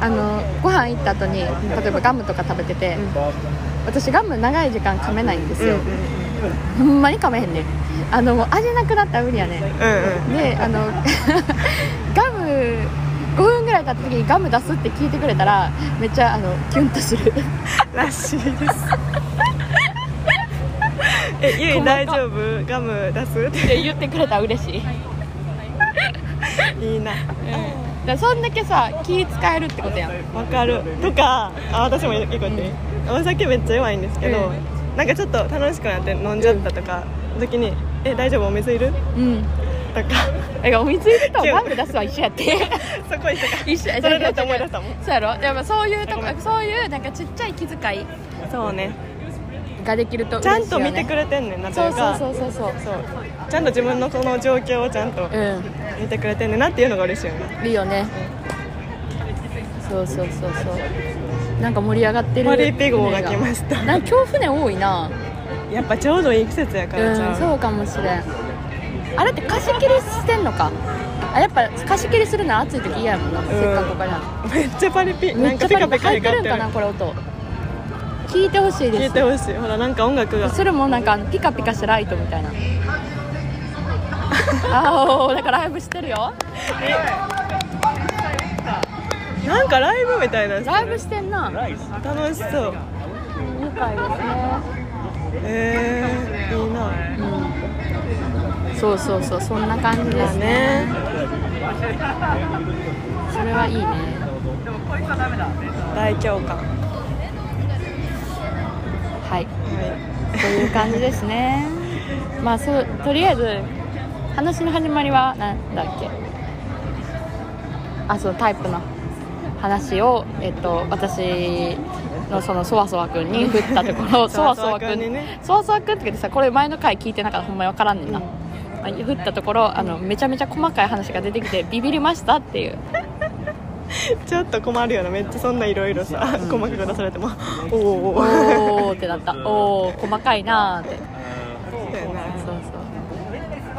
B: あのご飯行った後に例えばガムとか食べてて、
A: うん
B: 私ガム長い時間噛めないんです
A: うんうん
B: よ、ほんまに噛めへんねんあのもう味なくなったら無理やねん
A: うん
B: であの ガム5分ぐらい経った時にガム出すって聞いてくれたらめっちゃあのキュンとする
A: うんらしいですえゆい大丈夫ガム出すって
B: って言ってくれたら嬉しい、
A: いいな
B: だからそんだけさ気使えるってことやん
A: わかるとかあ私も一個言っていい、お酒めっちゃ弱いんですけど、なんかちょっと楽しくなって飲んじゃったとか、時に「え大丈夫お水いる?
B: うん」
A: とか
B: だからお水とガム出すは一緒やって
A: そこにとか
B: 一緒や
A: それだって思い出したもん
B: そうやろでもそういうとこ
A: ごめん
B: そういうなんかちっちゃい気遣い
A: そうね
B: ができると嬉し
A: ち
B: いよ、
A: ゃ
B: ね、
A: んと見てく
B: れ
A: れてんねんなと
B: そ
A: いううか
B: そうそうそうそ
A: そうちゃんと自分のこの状況をちゃんと
B: うう
A: 見てくれてんねんなっていうのが嬉しいよね
B: んいいよねそうそうそうそうなんか盛り上がってる
A: マリーピ号が来ました
B: なんか今日船多いな
A: やっぱちょうどいい季節やからち
B: うん
A: ゃう、
B: そうかもしれんあれって貸し切りしてんのかあやっぱ貸し切りするのは暑い時嫌やもんな、せっかくお金ある
A: めっちゃパリピな
B: めっ
A: ん
B: ちゃ
A: かピカ
B: パリピ
A: ピカ
B: 入って
A: 光っ
B: るん
A: て
B: か
A: る
B: なこれ音聞いてほしい
A: 聞
B: で
A: い
B: す
A: てほしいほらなんか音楽が
B: それもなんかピカピカしたライトみたいな あおだからライブしてるよ
A: なんかライブみたいな
B: ライブしてんな愉
A: 楽しそう
B: 快ですね
A: えー、いいな
B: うんそうそうそうそんな感じで
A: だ
B: すね
A: ね
B: それはいいね
A: 大共感は
B: はい
A: い
B: という感じですねまあそうとりあえず話の始まりはなんだっけあそうタイプの話を、えっと、私のそのそわそわくんに振ったところそ
A: そ
B: わ
A: わ
B: そ
A: そ
B: わ
A: わ
B: く
A: く
B: ん
A: んにね
B: そわそわくんって言ってさこれ前の回聞いてなかったらほんまわからんねんな、
A: うん
B: まあ振ったところあのめちゃめちゃ細かい話が出てきてビビりましたっていう
A: ちょっと困るよなめっちゃそんないろいろさ細かく出されてもおお
B: お
A: お
B: ーってなったおー細かいなーって
A: おだよな
B: そう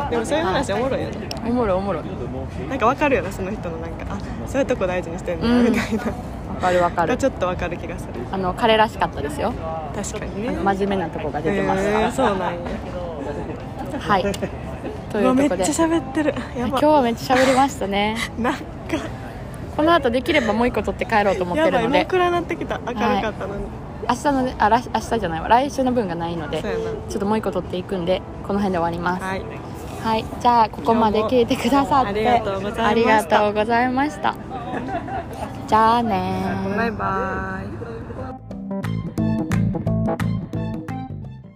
A: でもそういう話おもろいよな
B: そうおもろいおもろい
A: なんかわかるよなその人のなんかあそういうとこ大事にしてんだ
B: うん
A: みたいな
B: わかるわか
A: が
B: る
A: ちょっとわかる気がする
B: あの彼らしかったですよ
A: 確かにね
B: 真面目なとこが出てました、
A: えーそうなんや
B: はいと
A: うわ
B: い
A: め
B: う
A: っ
B: と
A: ち
B: こ
A: ゃ
B: で
A: 喋ってるや
B: 今
A: ば
B: 日はめっちゃ喋りましたね
A: なんか
B: この後できればもう一個取って帰ろうと思って
A: やば
B: る
A: いも
B: の
A: う
B: で
A: 暗なってきた明るかったのに
B: 明日のねあら明日じゃないわ来週の分がないので
A: そうやな
B: ちょっともう一個取っていくんでこの辺で終わります
A: はい
B: はい、じゃあここまで聞いてくださって
A: ありがとうございました
B: ありがとうございましたじゃあねー
A: バイバイ